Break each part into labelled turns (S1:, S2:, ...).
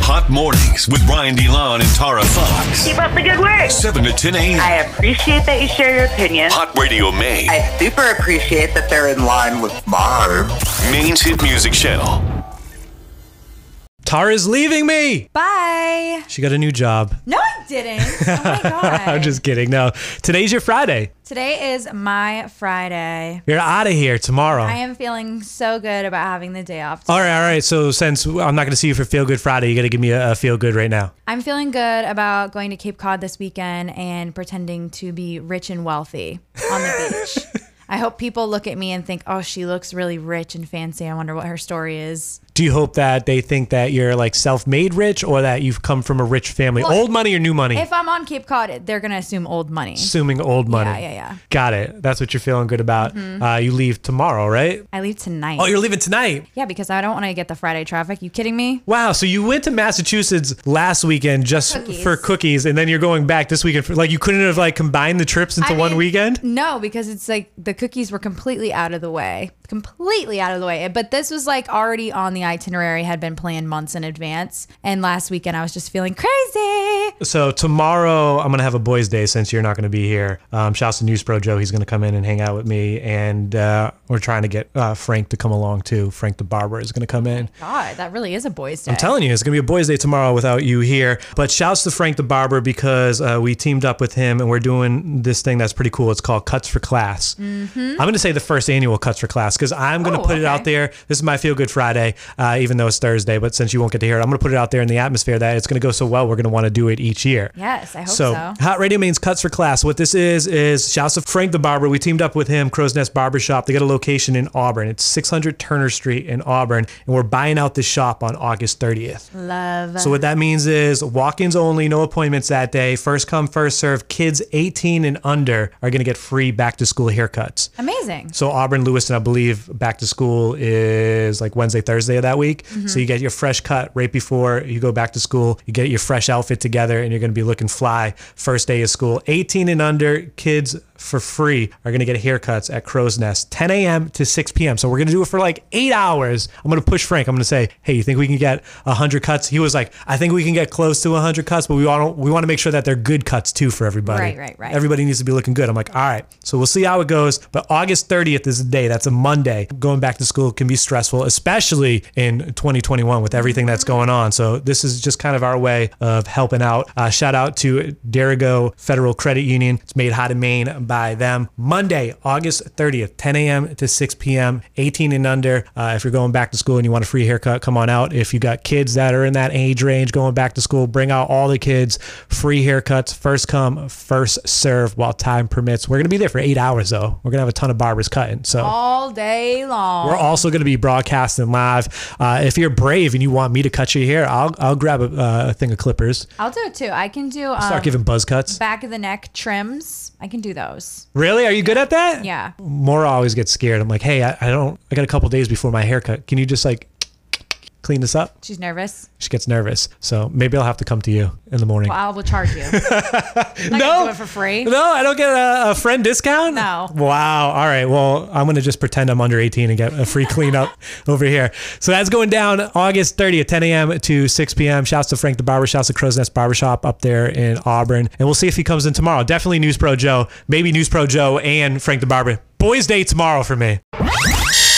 S1: Hot Mornings with Brian DeLon and Tara Fox.
S2: Keep up the good work.
S1: 7 to 10 a.m.
S2: I appreciate that you share your opinion.
S1: Hot Radio Maine.
S3: I super appreciate that they're in line with mine.
S1: Maine's hit music channel.
S4: Tara's leaving me.
S5: Bye.
S4: She got a new job.
S5: No, I didn't. Oh my god.
S4: I'm just kidding. No, today's your Friday.
S5: Today is my Friday.
S4: You're out of here tomorrow.
S5: I am feeling so good about having the day off.
S4: all right, all right. So since I'm not going to see you for Feel Good Friday, you got to give me a, a feel good right now.
S5: I'm feeling good about going to Cape Cod this weekend and pretending to be rich and wealthy on the beach. I hope people look at me and think, "Oh, she looks really rich and fancy. I wonder what her story is."
S4: Do you hope that they think that you're like self-made rich or that you've come from a rich family?
S5: Well,
S4: old money or new money?
S5: If I'm on Cape Cod, they're gonna assume old money.
S4: Assuming old money.
S5: yeah, yeah. Mm-hmm.
S4: Got it. That's what you're feeling good about. Uh, you leave tomorrow, right?
S5: I leave tonight.
S4: Oh, you're leaving tonight.
S5: yeah, because I don't want to get the Friday traffic. You kidding me?
S4: Wow. So you went to Massachusetts last weekend just
S5: Cookies.
S4: for cookies, and then you're going back this weekend. For, like you couldn't have like combined the trips into
S5: I
S4: one
S5: mean,
S4: weekend.
S5: No, because it's like the cookies were completely out of the way, completely out of the way. But this was like already on the itinerary, had been planned months in advance. And last weekend, I was just feeling crazy.
S4: So tomorrow I'm gonna have a boys' day since you're not gonna be here. Um, shouts to News Pro Joe. He's gonna come in and hang out with me, and uh, we're trying to get uh, Frank to come along too. Frank the barber is gonna come in.
S5: God, that really is a boys' day.
S4: I'm telling you, it's gonna be a boys' day tomorrow without you here. But shouts to Frank the barber because uh, we teamed up with him and we're doing this thing that's pretty cool. It's called Cuts for Class. I'm gonna say the first annual Cuts for Class because I'm gonna
S5: Mm-hmm. Oh,
S4: put it
S5: okay.
S4: out there. This is my Feel Good Friday, uh, even though it's Thursday. But since you won't get to hear it, I'm gonna put it out there in the atmosphere that it's gonna go so well. We're gonna want to do it each year.
S5: Yes, I hope so.
S4: Hot Radio Maine's Cuts for Class. What this is is shouts to Frank the Barber. We teamed up with him, Crow's Nest Barbershop. They got a location in Auburn. It's 600 Turner Street in Auburn, and we're buying out this shop on August 30th.
S5: Love.
S4: So what that means is walk-ins only, no appointments that day. First come, first serve. Kids 18 and under are going to get free back-to-school haircuts.
S5: Amazing.
S4: Mm-hmm. So Auburn Lewiston, I believe, back to school is like Wednesday, Thursday of that week. So you get your fresh cut right before you go back to school. You get your fresh outfit together, and you're going to be looking fly first day of school. 18 and under kids for free are going to get haircuts at Crow's Nest, 10 a.m. to 6 p.m. So we're going to do it for like eight hours. I'm going to push Frank. I'm going to say, hey, you think we can get 100 cuts? He was like, I think we can get close to 100 cuts, but we want to we want to make sure that they're good cuts too for everybody.
S5: Right, right, right.
S4: Every- everybody needs to be looking good. I'm like, all right. So we'll see how it goes. But August 30th is the day. That's a Monday. Going back to school can be stressful, especially in 2021 with everything that's
S5: Mm-hmm.
S4: going on. So this is just kind of our way of helping out. Uh, shout out to Derigo Federal Credit Union. It's made hot in Maine by them. Monday, August 30th, 10 a.m. to 6 p.m. 18 and under. Uh, if you're going back to school and you want a free haircut, come on out. If you got kids that are in that age range going back to school, bring out all the kids. Free haircuts, first come, first serve, while time permits. We're gonna be there for eight hours though. We're gonna have a ton of barbers cutting. So.
S5: All day long.
S4: We're also going to be broadcasting live. Uh, if you're brave and you want me to cut your hair, I'll I'll grab a, uh, a thing of clippers.
S5: I'll do it too. I can do um,
S4: Start giving buzz cuts.
S5: back of the neck trims. I can do those.
S4: Really? Are you good at that?
S5: Yeah.
S4: More always gets scared. I'm like, hey, I, I don't. I got a couple days before my haircut. Can you just like clean this up?
S5: She's nervous.
S4: She gets nervous. So maybe I'll have to come to you in the morning.
S5: Well, I will charge you. I'm not gonna do it for free.
S4: No, I don't get a, a friend discount.
S5: No.
S4: Wow. All right. Well, I'm gonna just pretend I'm under 18 and get a free cleanup over here. So that's going down August 30th, 10 a.m. to 6 p.m. Shouts to Frank the Barber. Shouts to Crow's Nest Barbershop up there in Auburn. And we'll see if he comes in tomorrow. Definitely News Pro Joe. Maybe News Pro Joe and Frank the Barber. Boys' Day tomorrow for me.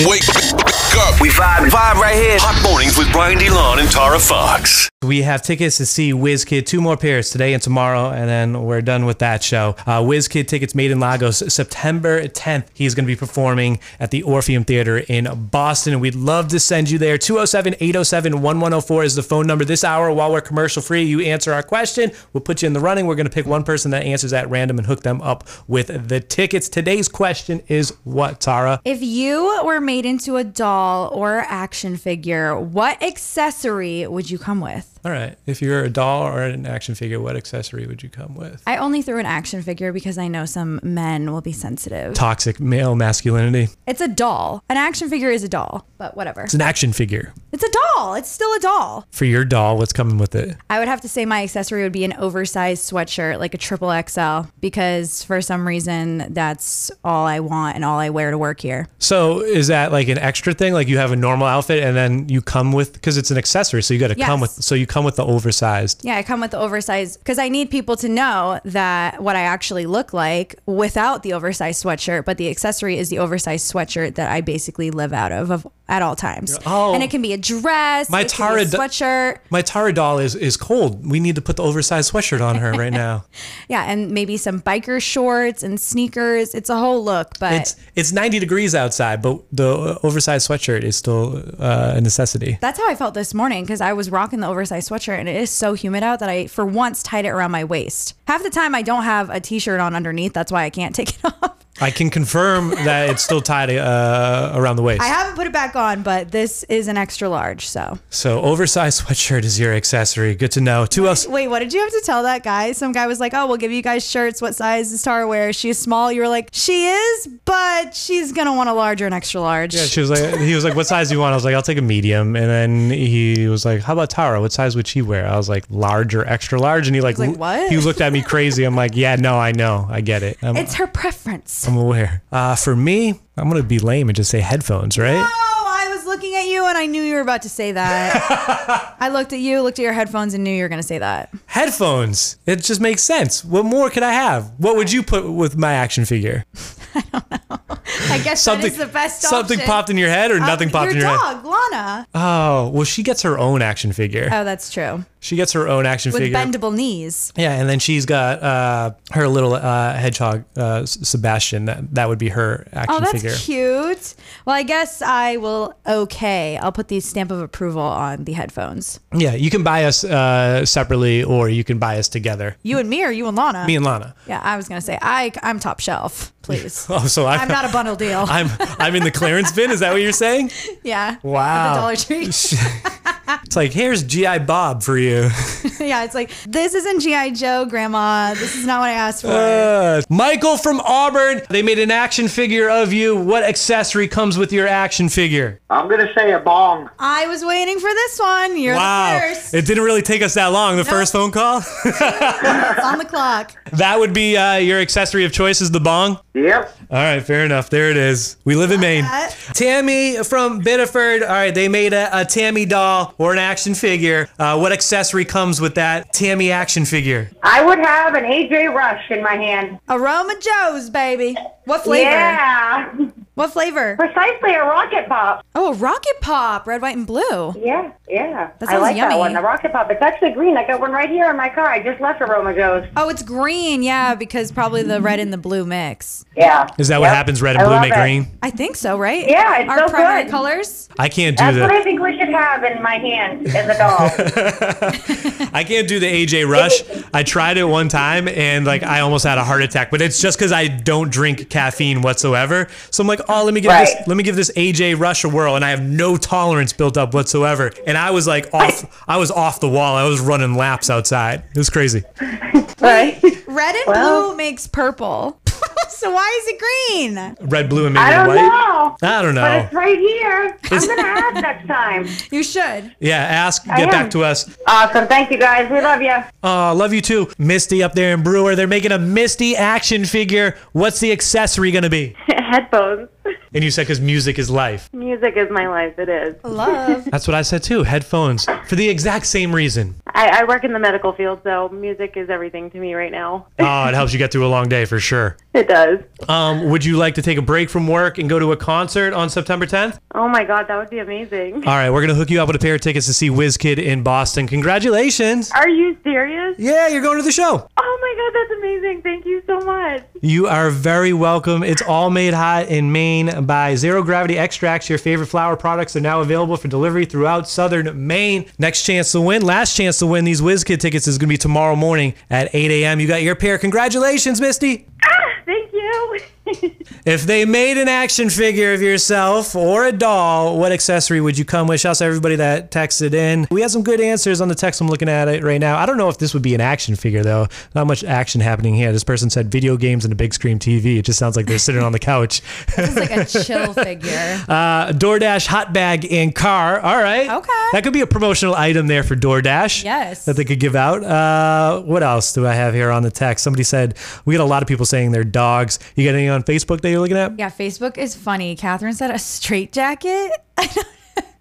S1: Wake up.
S3: We vibe, vibe right here.
S1: Hot Mornings with Brian DeLon and Tara Fox.
S4: We have tickets to see WizKid, two more pairs today and tomorrow, and then we're done with that show. Uh, WizKid tickets made in Lagos September 10th. He's going to be performing at the Orpheum Theater in Boston. We'd love to send you there. 207 807 1104 is the phone number this hour. While we're commercial free, you answer our question. We'll put you in the running. We're going to pick one person that answers at random and hook them up with the tickets. Today's question is what, Tara?
S5: If you were made into a doll or action figure, what accessory would you come with?
S4: All right. If you're a doll or an action figure, what accessory would you come with?
S5: I only threw an action figure because I know some men will be sensitive.
S4: Toxic male masculinity.
S5: It's a doll. An action figure is a doll, but whatever.
S4: It's an action figure.
S5: It's a doll. It's still a doll.
S4: For your doll, what's coming with it?
S5: I would have to say my accessory would be an oversized sweatshirt, like a triple XL, because for some reason that's all I want and all I wear to work here.
S4: So is that like an extra thing? Like you have a normal outfit and then you come with because it's an accessory, so you got to come with.
S5: Yes.
S4: So you come with the oversized.
S5: Yeah, I come with the oversized because I need people to know that what I actually look like without the oversized sweatshirt, but the accessory is the oversized sweatshirt that I basically live out of, of at all times.
S4: Oh.
S5: and it can be a dress,
S4: My
S5: it can be
S4: Tara
S5: a
S4: d-
S5: sweatshirt,
S4: My Tara doll is is cold. We need to put the oversized sweatshirt on her right now.
S5: yeah, and maybe some biker shorts and sneakers. It's a whole look, but
S4: It's it's 90 degrees outside, but the uh, oversized sweatshirt is still uh, a necessity.
S5: That's how I felt this morning because I was rocking the oversized sweatshirt and it is so humid out that I, for once, tied it around my waist. Half the time I don't have a t shirt on underneath. That's why I can't take it off.
S4: I can confirm that it's still tied uh, around the waist.
S5: I haven't put it back on, but this is an extra large. So,
S4: so oversized sweatshirt is your accessory. Good to know. Two oh else.
S5: wait, what did you have to tell that guy? Some guy was like, oh, we'll give you guys shirts. What size does Tara wear? She's small. You were like, she is, but she's going to want a large or an extra large.
S4: Yeah, she was like, he was like, what size do you want? I was like, I'll take a medium. And then he was like, how about Tara? What size would she wear? I was like, large or extra large. And he like,
S5: was
S4: lo-
S5: like, what?
S4: He looked at me crazy. I'm like, yeah, no, I know, I get it. I'm,
S5: it's her preference.
S4: I'm aware. Uh, for me, I'm gonna be lame and just say headphones, right?
S5: Oh, I was looking at you and I knew you were about to say that. I looked at you, looked at your headphones, and knew you were going to say that.
S4: Headphones. It just makes sense. What more could I have? What would you put with my action figure?
S5: I guess
S4: Something.
S5: that is the best
S4: something
S5: option.
S4: popped in your head, or
S5: Um,
S4: nothing popped
S5: your
S4: in your head.
S5: dog, Lana.
S4: Oh, well, she gets her own action figure.
S5: Oh, that's true.
S4: she gets her own action
S5: With
S4: figure.
S5: bendable knees.
S4: Yeah, and then she's got uh, her little uh, hedgehog, uh, S- Sebastian. That that would be her action
S5: Oh, that's
S4: figure.
S5: cute. Well, I guess I will okay. I'll put the stamp of approval on the headphones.
S4: Yeah, you can buy us uh, separately, or you can buy us together.
S5: You and me or you and Lana?
S4: Me and Lana.
S5: yeah, I was going to say I I'm top shelf, please.
S4: Oh, so I,
S5: I'm not a bundle deal.
S4: I'm I'm in the clearance bin. Is that what you're saying?
S5: yeah. at
S4: Wow.
S5: The Dollar Tree.
S4: it's like here's GI Bob for you.
S5: yeah, it's like this isn't GI Joe, Grandma. This is not what I asked for.
S4: Uh, Michael from Auburn. They made an action figure of you. What accessory comes with your action figure?
S6: I'm gonna say a bong.
S5: I was waiting for this one. You're
S4: Wow,
S5: the first.
S4: it didn't really take us that long. The first phone call.
S5: It's on the clock.
S4: That would be uh, your accessory of choice is the bong.
S6: Yep.
S4: All right, fair enough. There it is. We live in Maine.
S5: that.
S4: Tammy from Biddeford. All right, they made a, a Tammy doll or an action figure. Uh, what accessory comes with that Tammy action figure?
S7: I would have an AJ Rush in my hand.
S5: Aroma Joe's, baby. What flavor?
S7: Yeah.
S5: What flavor?
S7: Precisely a rocket pop.
S5: Oh, Rocket Pop, red, white, and blue.
S7: Yeah, yeah.
S5: That
S7: I
S5: sounds
S7: like
S5: yummy.
S7: that one. The rocket pop. It's actually green. I got one right here in my car. I just left Aroma Joe's.
S5: Oh, it's green, yeah, because probably the red and the blue mix.
S7: Yeah.
S4: Is that what
S7: Yep.
S4: happens? Red
S7: I
S4: and blue
S7: love
S4: make
S7: it.
S4: green.
S5: I think so, right?
S7: Yeah, it's
S5: Our
S7: so
S5: primary
S7: good.
S5: colors.
S4: I can't do
S7: That's what I
S4: the
S7: think we should have in my hand as a doll.
S4: I can't do the AJ Rush. I tried it one time and like I almost had a heart attack, but it's just because I don't drink caffeine whatsoever. So I'm like, oh, let me give this
S7: Right.
S4: let me give this AJ Rush a whirl, and I have no tolerance built up whatsoever. And I was like off I was off the wall. I was running laps outside. It was crazy.
S7: right?
S5: Red and
S7: Well-
S5: blue makes purple. so why is it green?
S4: Red, blue, and maybe
S7: I don't
S4: white.
S7: know.
S4: I don't
S7: But
S4: know.
S7: it's right here. I'm gonna have next time.
S5: You should.
S4: Yeah, ask. Get
S7: am.
S4: back to us.
S7: Awesome. Thank you guys. We love you.
S4: Oh, love you too, Misty up there in Brewer. They're making a Misty action figure. What's the accessory gonna be?
S8: Headphones.
S4: And you said because music is life.
S8: Music is my life. It is.
S5: Love.
S4: That's what I said too. Headphones for the exact same reason.
S8: I, I work in the medical field, so music is everything to me right now.
S4: Oh, it helps you get through a long day for sure.
S8: It does.
S4: Um, would you like to take a break from work and go to a concert on September 10th?
S8: Oh my God, that would be amazing.
S4: All right, we're gonna hook you up with a pair of tickets to see WizKid in Boston. Congratulations!
S8: Are you serious?
S4: Yeah, you're going to the show.
S8: Oh my God, that's amazing. Thank you so much.
S4: You are very welcome. It's all made hot in Maine by Zero Gravity Extracts. Your favorite flower products are now available for delivery throughout southern Maine. Next chance to win, last chance to win these WizKid tickets is going to be tomorrow morning at 8 a.m. You got your pair. Congratulations, Misty.
S8: Thank you.
S4: If they made an action figure of yourself or a doll, what accessory would you come with? Shouts out everybody that texted in. We had some good answers on the text. I'm looking at it right now. I don't know if this would be an action figure though. Not much action happening here. This person said video games and a big screen TV. It just sounds like they're sitting on the couch.
S5: It's like a chill figure.
S4: Uh, DoorDash hot bag and car. All right.
S5: Okay.
S4: That could be a promotional item there for DoorDash.
S5: Yes.
S4: That they could give out. Uh, what else do I have here on the text? Somebody said we got a lot of people saying they're dogs. You got any on Facebook that you're looking at?
S5: yeah, Facebook is funny. Catherine said a straight jacket.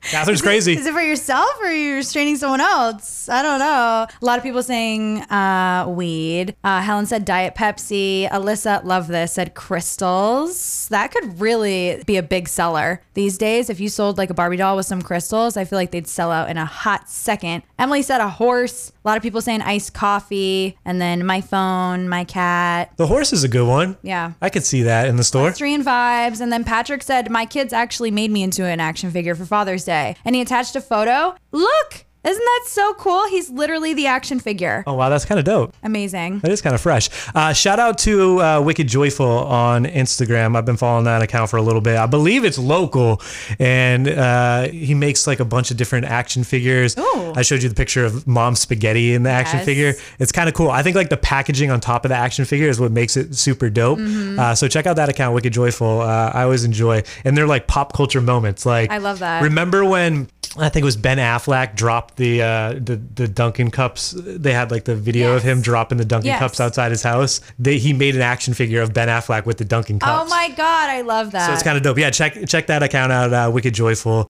S4: Catherine's crazy.
S5: Is it for yourself or you're restraining someone else? I don't know. A lot of people saying uh, weed. Uh, Helen said Diet Pepsi. Alyssa, love this, said crystals. That could really be a big seller. These days, if you sold like a Barbie doll with some crystals, I feel like they'd sell out in a hot second. Emily said a horse. A lot of people saying iced coffee. And then my phone, my cat.
S4: the horse is a good one.
S5: Yeah.
S4: I could see that in the store.
S5: Three and vibes. And then Patrick said, My kids actually made me into an action figure for Father's Day. And he attached a photo. Look, isn't that so cool? He's literally the action figure.
S4: Oh, wow. That's kind of dope.
S5: Amazing.
S4: That is kind of fresh. Uh, shout out to uh, Wicked Joyful on Instagram. I've been following that account for a little bit. I believe it's local, and uh, he makes like a bunch of different action figures.
S5: Ooh.
S4: I showed you the picture of Mom Spaghetti in the action
S5: Yes.
S4: figure. It's kind of cool. I think like the packaging on top of the action figure is what makes it super dope.
S5: Mm-hmm.
S4: Uh, so check out that account, Wicked Joyful. Uh, I always enjoy, and they're like pop culture moments. Like
S5: I love that.
S4: Remember when? I think it was Ben Affleck dropped the uh, the the Dunkin' cups. They had like the video of
S5: Yes.
S4: him dropping the Dunkin'
S5: Yes.
S4: cups outside his house. They, he made an action figure of Ben Affleck with the Dunkin' cups.
S5: Oh my God, I love that.
S4: So it's kind of dope. Yeah, check check that account out. Uh, Wicked Joyful.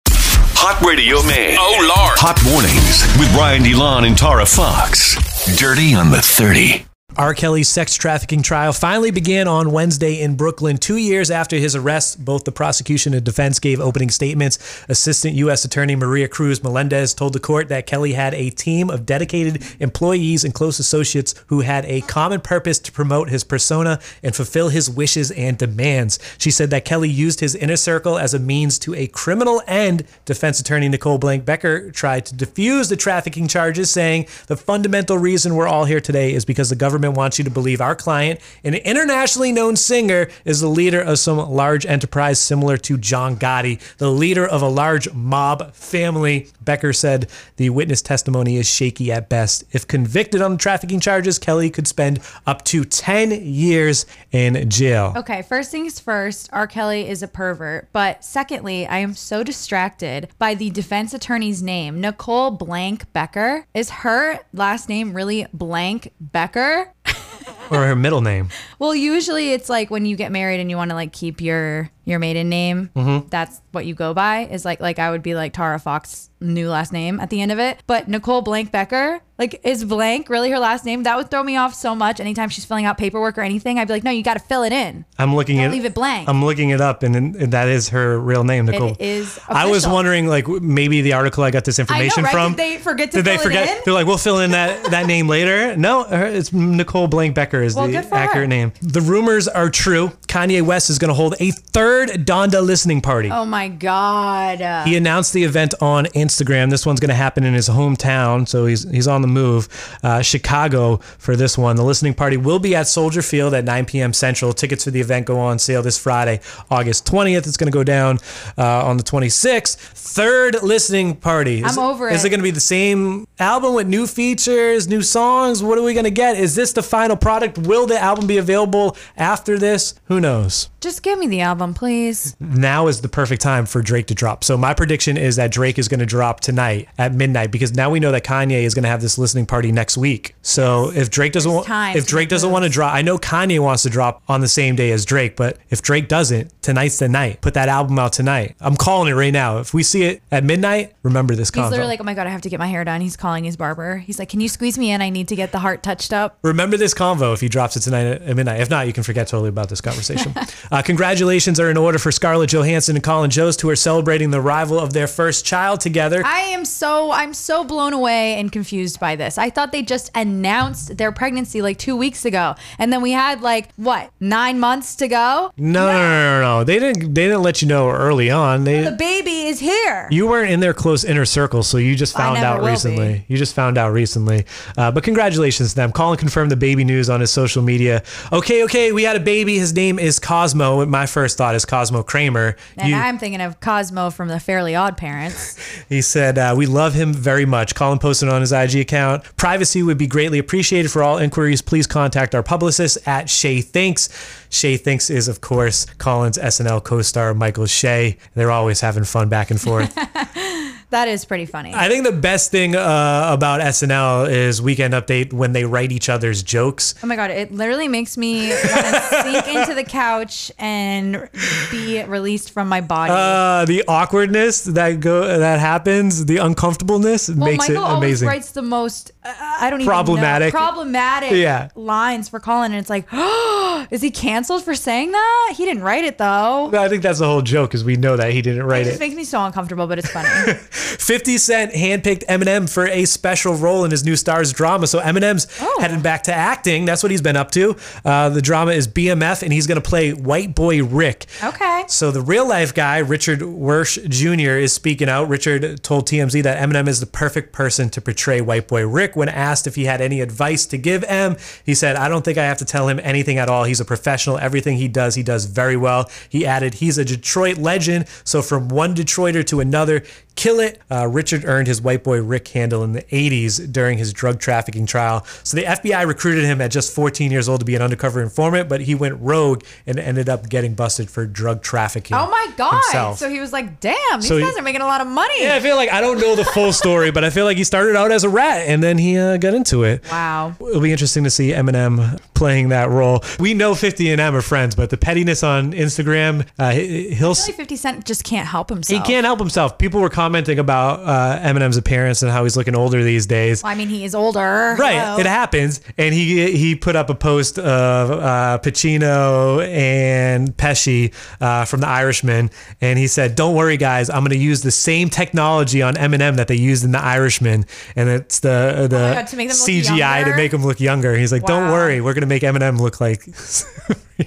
S1: Hot Radio Man. Oh, Lord. Hot Mornings with Brian DeLon and Tara Fox. Dirty on the 30.
S4: R. Kelly's sex trafficking trial finally began on Wednesday in Brooklyn, two years after his arrest. Both the prosecution and defense gave opening statements. Assistant U.S. Attorney Maria Cruz Melendez told the court that Kelly had a team of dedicated employees and close associates who had a common purpose to promote his persona and fulfill his wishes and demands. She said that Kelly used his inner circle as a means to a criminal end. Defense attorney Nicole Blank Becker tried to defuse the trafficking charges, saying the fundamental reason we're all here today is because the government wants you to believe our client, an internationally known singer, is the leader of some large enterprise similar to John Gotti, the leader of a large mob family. Becker said the witness testimony is shaky at best. If convicted on the trafficking charges, Kelly could spend up to 10 years in jail.
S5: Okay, first things first, R. Kelly is a pervert. But secondly, I am so distracted by the defense attorney's name, Nicole Blank Becker. Is her last name really Blank Becker?
S4: Or her middle name.
S5: Well, usually it's like when you get married and you want to like keep your your maiden name.
S4: Mm-hmm.
S5: That's what you go by. Is like like I would be like Tara Fox, new last name at the end of it. But Nicole Blank Becker, like is Blank really her last name? That would throw me off so much. Anytime she's filling out paperwork or anything, I'd be like, no, you got to fill it in.
S4: I'm looking
S5: Don't
S4: at
S5: leave it blank.
S4: I'm looking it up, and, and that is her real name, Nicole.
S5: is
S4: I was
S5: official.
S4: wondering, like, w- maybe the article I got this information
S5: right?
S4: from.
S5: Did they forget to
S4: Did they
S5: fill it
S4: forget?
S5: in?
S4: They're like, we'll fill in that that name later. No, her- it's Nicole Blank Becker is
S5: Well,
S4: the
S5: good for
S4: accurate
S5: her.
S4: name. The rumors are true. Kanye West is going to hold a third Donda listening party.
S5: Oh my god.
S4: He announced the event on Instagram. This one's going to happen in his hometown, so he's he's on the move, uh, Chicago for this one. The listening party will be at Soldier Field at 9 p.m. Central. Tickets for the event go on sale this Friday, August 20th. It's going to go down uh, on the 26th. Third listening party. Is-
S5: I'm over
S4: Is it
S5: it.
S4: going to be the same album with new features, new songs? What are we going to get? Is this the final product? Will the album be available after this? Who knows?
S5: Just give me the album, please.
S4: now is the perfect time for Drake to drop. So my prediction is that Drake is going to drop tonight at midnight because now we know that Kanye is going to have this listening party next week. So if Drake doesn't
S5: There's
S4: want,
S5: time
S4: if
S5: to
S4: Drake
S5: make
S4: doesn't want to drop, I know Kanye wants to drop on the same day as Drake, but if Drake doesn't, tonight's the night. Put that album out tonight. I'm calling it right now. If we see it at midnight, remember this
S5: He's
S4: convo.
S5: literally like, oh my god, I have to get my hair done. He's calling his barber. He's like, can you squeeze me in? I need to get the heart touched up.
S4: Remember this convo if he drops it tonight at midnight. If not, you can forget totally about this conversation. uh, congratulations are in order for Scarlett Johansson and Colin Jost, who are celebrating the arrival of their first child together.
S5: I am so I'm so blown away and confused by this. I thought they just announced their pregnancy like two weeks ago, and then we had like what nine months to go.
S4: No, no, no, no, no. They didn't. They didn't let you know early on.
S5: The
S4: They
S5: baby is here.
S4: you weren't in their close inner circle, so you just
S5: I
S4: found
S5: never
S4: out
S5: will
S4: recently. You just found out recently. Uh, but congratulations to them. Colin confirmed the baby news on his social media. Okay, okay, we had a baby. His name is Cosmo. My first thought is Cosmo Kramer.
S5: and
S4: You-
S5: I'm thinking of Cosmo from the Fairly Odd Parents.
S4: He said, uh, We love him very much. Colin posted on his IG account. Privacy would be greatly appreciated for all inquiries. Please contact our publicist at Shay Thinks. Shay Thinks is, of course, Colin's SNL co star, Michael Shay. They're always having fun back and forth.
S5: That is pretty funny.
S4: I think the best thing uh, about SNL is Weekend Update when they write each other's jokes.
S5: oh my god, it literally makes me want to sink into the couch and be released from my body.
S4: Uh, the awkwardness that go that happens, the uncomfortableness
S5: well,
S4: makes
S5: Michael
S4: it
S5: always
S4: amazing.
S5: writes the most uh, I don't
S4: Problematic.
S5: even know, problematic
S4: Yeah.
S5: lines for Colin, and it's like, is he canceled for saying that? He didn't write it though.
S4: I think that's the whole joke is we know that he didn't
S5: It
S4: write
S5: just
S4: it.
S5: makes me so uncomfortable, but it's funny.
S4: 50 Cent handpicked Eminem for a special role in his new Stars drama. So Eminem's
S5: Oh.
S4: headed back to acting. That's what he's been up to. Uh, the drama is BMF, and he's going to play White Boy Rick.
S5: Okay.
S4: So the real life guy, Richard Wersch Jr., is speaking out. Richard told TMZ that Eminem is the perfect person to portray White Boy Rick. When asked if he had any advice to give M, he said, I don't think I have to tell him anything at all. He's a professional. Everything he does, he does very well. He added, he's a Detroit legend. So from one Detroiter to another, kill it. Uh, Richard earned his White Boy Rick handle in the 80s during his drug trafficking trial. So the FBI recruited him at just 14 years old to be an undercover informant, but he went rogue and ended up getting busted for drug trafficking.
S5: Oh my god!
S4: himself.
S5: So he was like, "Damn, these
S4: So he-
S5: guys are making a lot of money."
S4: yeah, I feel like I don't know the full story, but I feel like he started out as a rat and then he uh, got into it.
S5: wow.
S4: It'll be interesting to see Eminem playing that role. We know 50 and M are friends, but the pettiness on Instagram, uh, he- he'll
S5: Really, Fifty Cent just can't help himself.
S4: He can't help himself. People were commenting about uh, Eminem's appearance and how he's looking older these days.
S5: Well, I mean, he is older.
S4: Right,
S5: Hello.
S4: it happens. And he he put up a post of uh, Pacino and Pesci uh, from The Irishman, and he said, "Don't worry, guys, I'm going to use the same technology on Eminem that they used in The Irishman, and it's the the
S5: Oh God, to make them look
S4: CGI to
S5: younger?
S4: make him look younger." He's like, "Don't
S5: Wow.
S4: worry, we're going to make Eminem look like."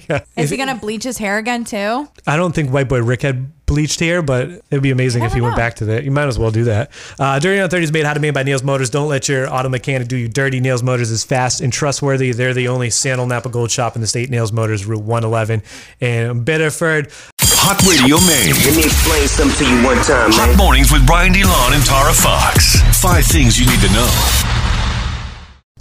S4: Yeah.
S5: Is he gonna bleach his hair again too?
S4: I don't think White Boy Rick had bleached hair, but it'd be amazing
S5: You
S4: if he
S5: never
S4: went
S5: know.
S4: back to that. You might as well do that. Uh, Dirty on 30 is made how to made by Niels Motors. Don't let your auto mechanic do you dirty. Niels Motors is fast and trustworthy. They're the only Sandal Napa Gold shop in the state. Niels Motors, Route 111 in Biddeford.
S1: Hot Radio Maine.
S3: Let me explain something to you one time,
S1: Hot mornings with Brian DeLon and Tara Fox. Five things you need to know.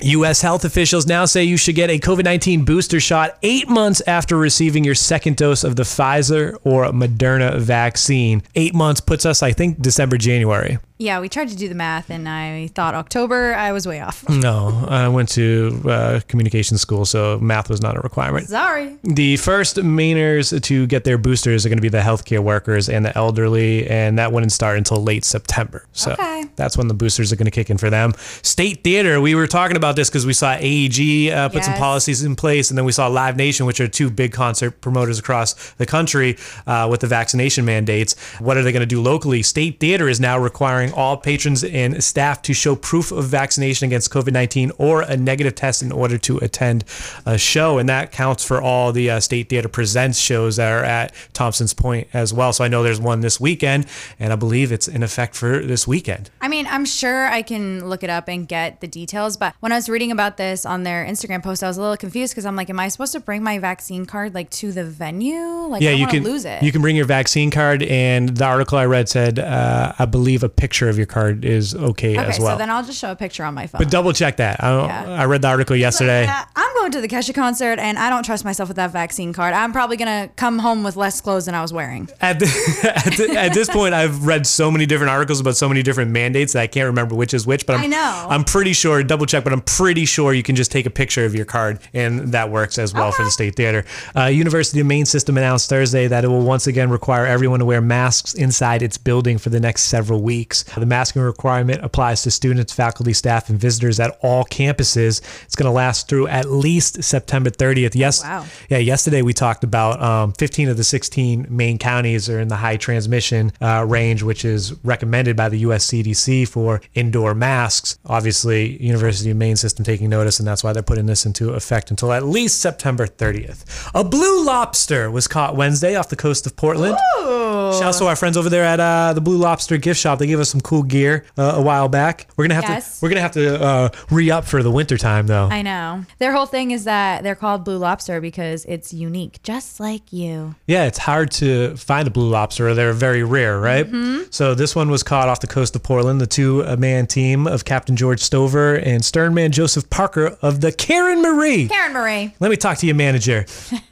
S4: U.S. health officials now say you should get a COVID 19 booster shot eight months after receiving your second dose of the Pfizer or Moderna vaccine. Eight months puts us, I think, December, January.
S5: Yeah, we tried to do the math, and I thought October. I was way off.
S4: No, I went to uh, communication school, so math was not a requirement.
S5: Sorry.
S4: The first Mainers to get their boosters are going to be the healthcare workers and the elderly, and that wouldn't start until late September. So
S5: Okay.
S4: that's when the boosters are going to kick in for them. State Theater, we were talking about this because we saw AEG uh, put some
S5: Yes.
S4: policies in place, and then we saw Live Nation, which are two big concert promoters across the country uh, with the vaccination mandates. What are they going to do locally? State Theater is now requiring all patrons and staff to show proof of vaccination against COVID 19 or a negative test in order to attend a show. And that counts for all the uh, State Theater Presents shows that are at Thompson's Point as well. So I know there's one this weekend, and I believe it's in effect for this weekend.
S5: I mean, I'm sure I can look it up and get the details, but when I was reading about this on their Instagram post, I was a little confused because I'm like, am I supposed to bring my vaccine card like to the venue? Like, I
S4: yeah,
S5: don't
S4: you
S5: want to
S4: can
S5: lose it.
S4: You can bring your vaccine card, and the article I read said, uh, I believe a picture of your card is okay,
S5: okay,
S4: as well.
S5: so then I'll just show a picture on my phone.
S4: but double check that. I, don't,
S5: Yeah.
S4: I read the article yesterday.
S5: Yeah, I'm going to the Kesha concert and I don't trust myself with that vaccine card. I'm probably going to come home with less clothes than I was wearing.
S4: At, the, at, the- at this point, I've read so many different articles about so many different mandates that I can't remember which is which. But I'm,
S5: I know.
S4: I'm pretty sure. Double check, but I'm pretty sure you can just take a picture of your card, and that works as well for the state theater. Uh, University of Maine system announced Thursday that it will once again require everyone to wear masks inside its building for the next several weeks. The masking requirement applies to students, faculty, staff, and visitors at all campuses. It's going to last through at least September 30th. Yes.
S5: Oh, wow.
S4: Yeah, yesterday we talked about um, 15 of the 16 main counties are in the high transmission uh, range, which is recommended by the U.S. CDC for indoor masks. Obviously, University of Maine system taking notice, and that's why they're putting this into effect until at least September 30th. A blue lobster was caught Wednesday off the coast of Portland. Shout out to our friends over there at uh, the Blue Lobster gift shop. They gave us some cool gear uh, a while back. We're gonna have
S5: Yes.
S4: to we're gonna have to uh, re up for the winter time though.
S5: I know. Their whole thing thing is that they're called Blue Lobster because it's unique, just like you.
S4: Yeah, it's hard to find a blue lobster. They're very rare, right?
S5: Mm-hmm.
S4: So this one was caught off the coast of Portland. The two-man team of Captain George Stover and sternman Joseph Parker of the Karen Marie.
S5: Karen Marie.
S4: Let me talk to your manager.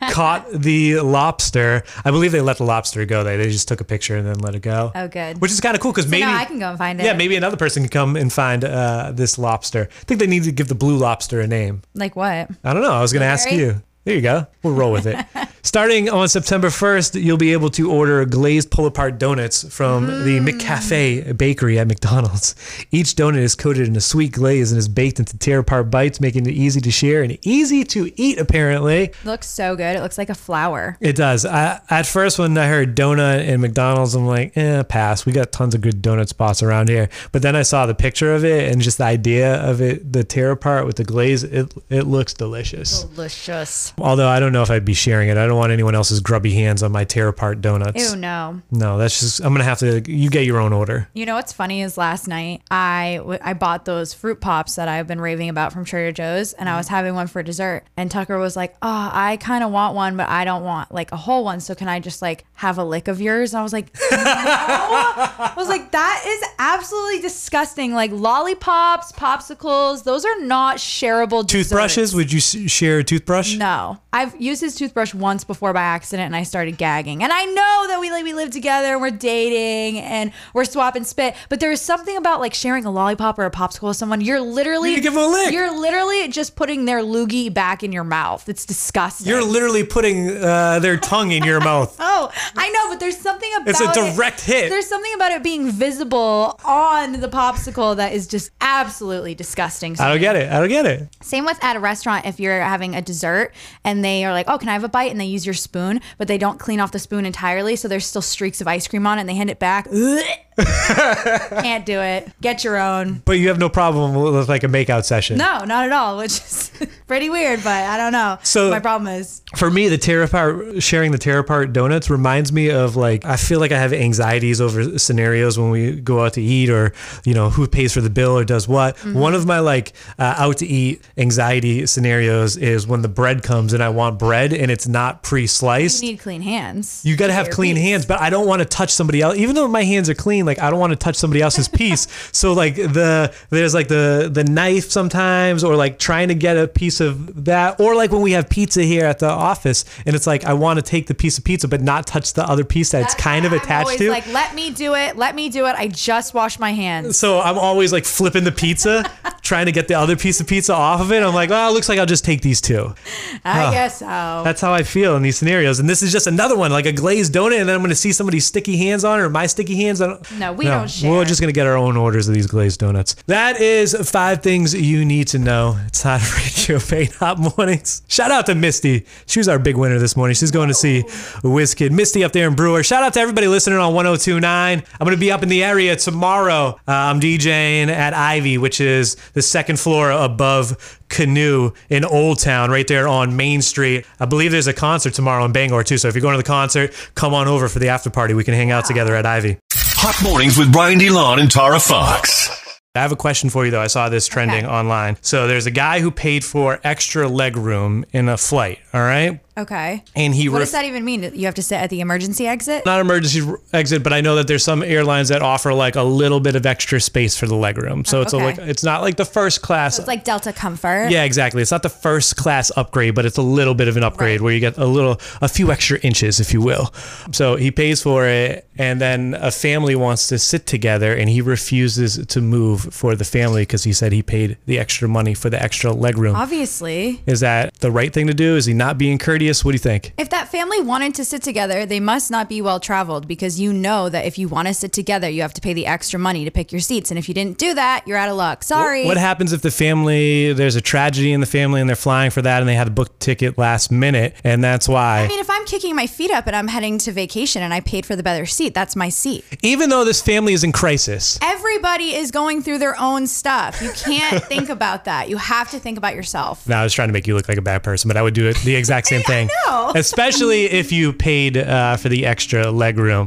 S4: caught the lobster. I believe they let the lobster go. They they just took a picture and then let it go.
S5: Oh, good.
S4: Which is kind of cool because maybe
S5: now I can go and find
S4: Yeah,
S5: it.
S4: maybe another person can come and find uh, this lobster. I think they need to give the blue lobster a name.
S5: Like what?
S4: I don't know. I was going to ask
S5: Larry?
S4: you. There you go. We'll roll with it. Starting on September 1st, you'll be able to order glazed pull apart donuts from the McCafe bakery at McDonald's. Each donut is coated in a sweet glaze and is baked into tear apart bites, making it easy to share and easy to eat, apparently.
S5: Looks so good. It looks like a flower.
S4: It does. I, at first, when I heard donut and McDonald's, I'm like, eh, pass. We got tons of good donut spots around here. But then I saw the picture of it and just the idea of it, the tear apart with the glaze, it, it looks delicious.
S5: Delicious.
S4: Although I don't know if I'd be sharing it. I don't want anyone else's grubby hands on my tear apart donuts.
S5: Ew, no.
S4: No, that's just, I'm going to have to, you get your own order.
S5: You know what's funny is last night I, w- I bought those fruit pops that I've been raving about from Trader Joe's and I was having one for dessert and Tucker was like, "Oh, I kind of want one, but I don't want like a whole one, so can I just like have a lick of yours?" And I was like, no. I was like, "That is absolutely disgusting. Like lollipops, popsicles, those are not shareable
S4: Toothbrushes?
S5: desserts.
S4: Would you s- share a toothbrush?
S5: No, I've used his toothbrush once before by accident, and I started gagging. And I know that we like we live together, and we're dating, and we're swapping spit. But there is something about like sharing a lollipop or a popsicle with someone. You're literally
S4: You give 'em a lick.
S5: You're literally just putting their loogie back in your mouth. It's disgusting.
S4: You're literally putting uh, their tongue in your mouth.
S5: Oh, I know, but there's something about
S4: It's a
S5: it-
S4: direct hit.
S5: There's something about it being visible on the popsicle that is just absolutely disgusting.
S4: I don't get it. I don't get it.
S5: Same with at a restaurant if you're having a dessert and they are like, "Oh, can I have a bite?" and they use your spoon, but they don't clean off the spoon entirely, so there's still streaks of ice cream on it and they hand it back. Ugh. Can't do it. Get your own.
S4: But you have no problem with like a makeout session.
S5: No, not at all, which is pretty weird, but I don't know.
S4: So-
S5: my problem is
S4: For me, the tear apart, sharing the tear apart donuts reminds me of like, I feel like I have anxieties over scenarios when we go out to eat or, you know, who pays for the bill or does what. One of my like uh, out to eat anxiety scenarios is when the bread comes and I want bread and it's not pre
S5: you
S4: sliced.
S5: need clean hands.
S4: You got to have
S5: Your
S4: clean
S5: piece.
S4: hands, but I don't want to touch somebody else. Even though my hands are clean, like I don't want to touch somebody else's piece. so like the there's like the the knife sometimes, or like trying to get a piece of that, or like when we have pizza here at the office, and it's like I want to take the piece of pizza but not touch the other piece that's kind of
S5: I'm
S4: attached
S5: always
S4: to.
S5: Like, let me do it. Let me do it. I just wash my hands.
S4: so I'm always like flipping the pizza, trying to get the other piece of pizza off of it. I'm like, well, it looks like I'll just take these two.
S5: I guess so.
S4: That's how I feel in these scenarios. And this is just another one, like a glazed donut, and then I'm going to see somebody's sticky hands on it or my sticky hands on it.
S5: No, we don't share.
S4: We're just going to get our own orders of these glazed donuts. That is five things you need to know. It's Hot Radio Pain Hot Mornings. Shout out to Misty. She was our big winner this morning. She's going to see Wizkid. Misty up there in Brewer. Shout out to everybody listening on 1029. I'm going to be up in the area tomorrow. Uh, I'm DJing at Ivy, which is the second floor above Canoe in Old Town, right there on Main Street. I believe there's a concert tomorrow in Bangor, too. So if you're going to the concert, come on over for the after party. We can hang out together at Ivy.
S1: Hot mornings with Brian DeLon and Tara Fox.
S4: I have a question for you though. I saw this trending online. So there's a guy who paid for extra leg room in a flight, all right?
S5: okay.
S4: And he
S5: What
S4: ref-
S5: does that even mean? You have to sit at the emergency exit?
S4: not emergency r- exit, but I know that there's some airlines that offer like a little bit of extra space for the leg room. So it's a,
S5: okay.
S4: like it's not like the first class.
S5: It's like Delta Comfort.
S4: yeah, exactly. It's not the first class upgrade, but it's a little bit of an upgrade where you get a little, a few extra inches, if you will. So he pays for it, and then a family wants to sit together, and he refuses to move for the family because he said he paid the extra money for the extra leg room.
S5: Obviously.
S4: Is that the right thing to do? Is he not being courteous? What do you think?
S5: If that family wanted to sit together, they must not be well traveled because you know that if you want to sit together, you have to pay the extra money to pick your seats. And if you didn't do that, you're out of luck. Sorry.
S4: What happens if the family, there's a tragedy in the family and they're flying for that and they had a book ticket last minute and that's why?
S5: I mean, if I'm kicking my feet up and I'm heading to vacation and I paid for the better seat, that's my seat.
S4: Even though this family is in crisis,
S5: Everybody is going through their own stuff. You can't think about that. You have to think about yourself.
S4: Now I was trying to make you look like a bad person, but I would do it the exact same thing.
S5: know.
S4: Especially if you paid uh, for the extra leg room.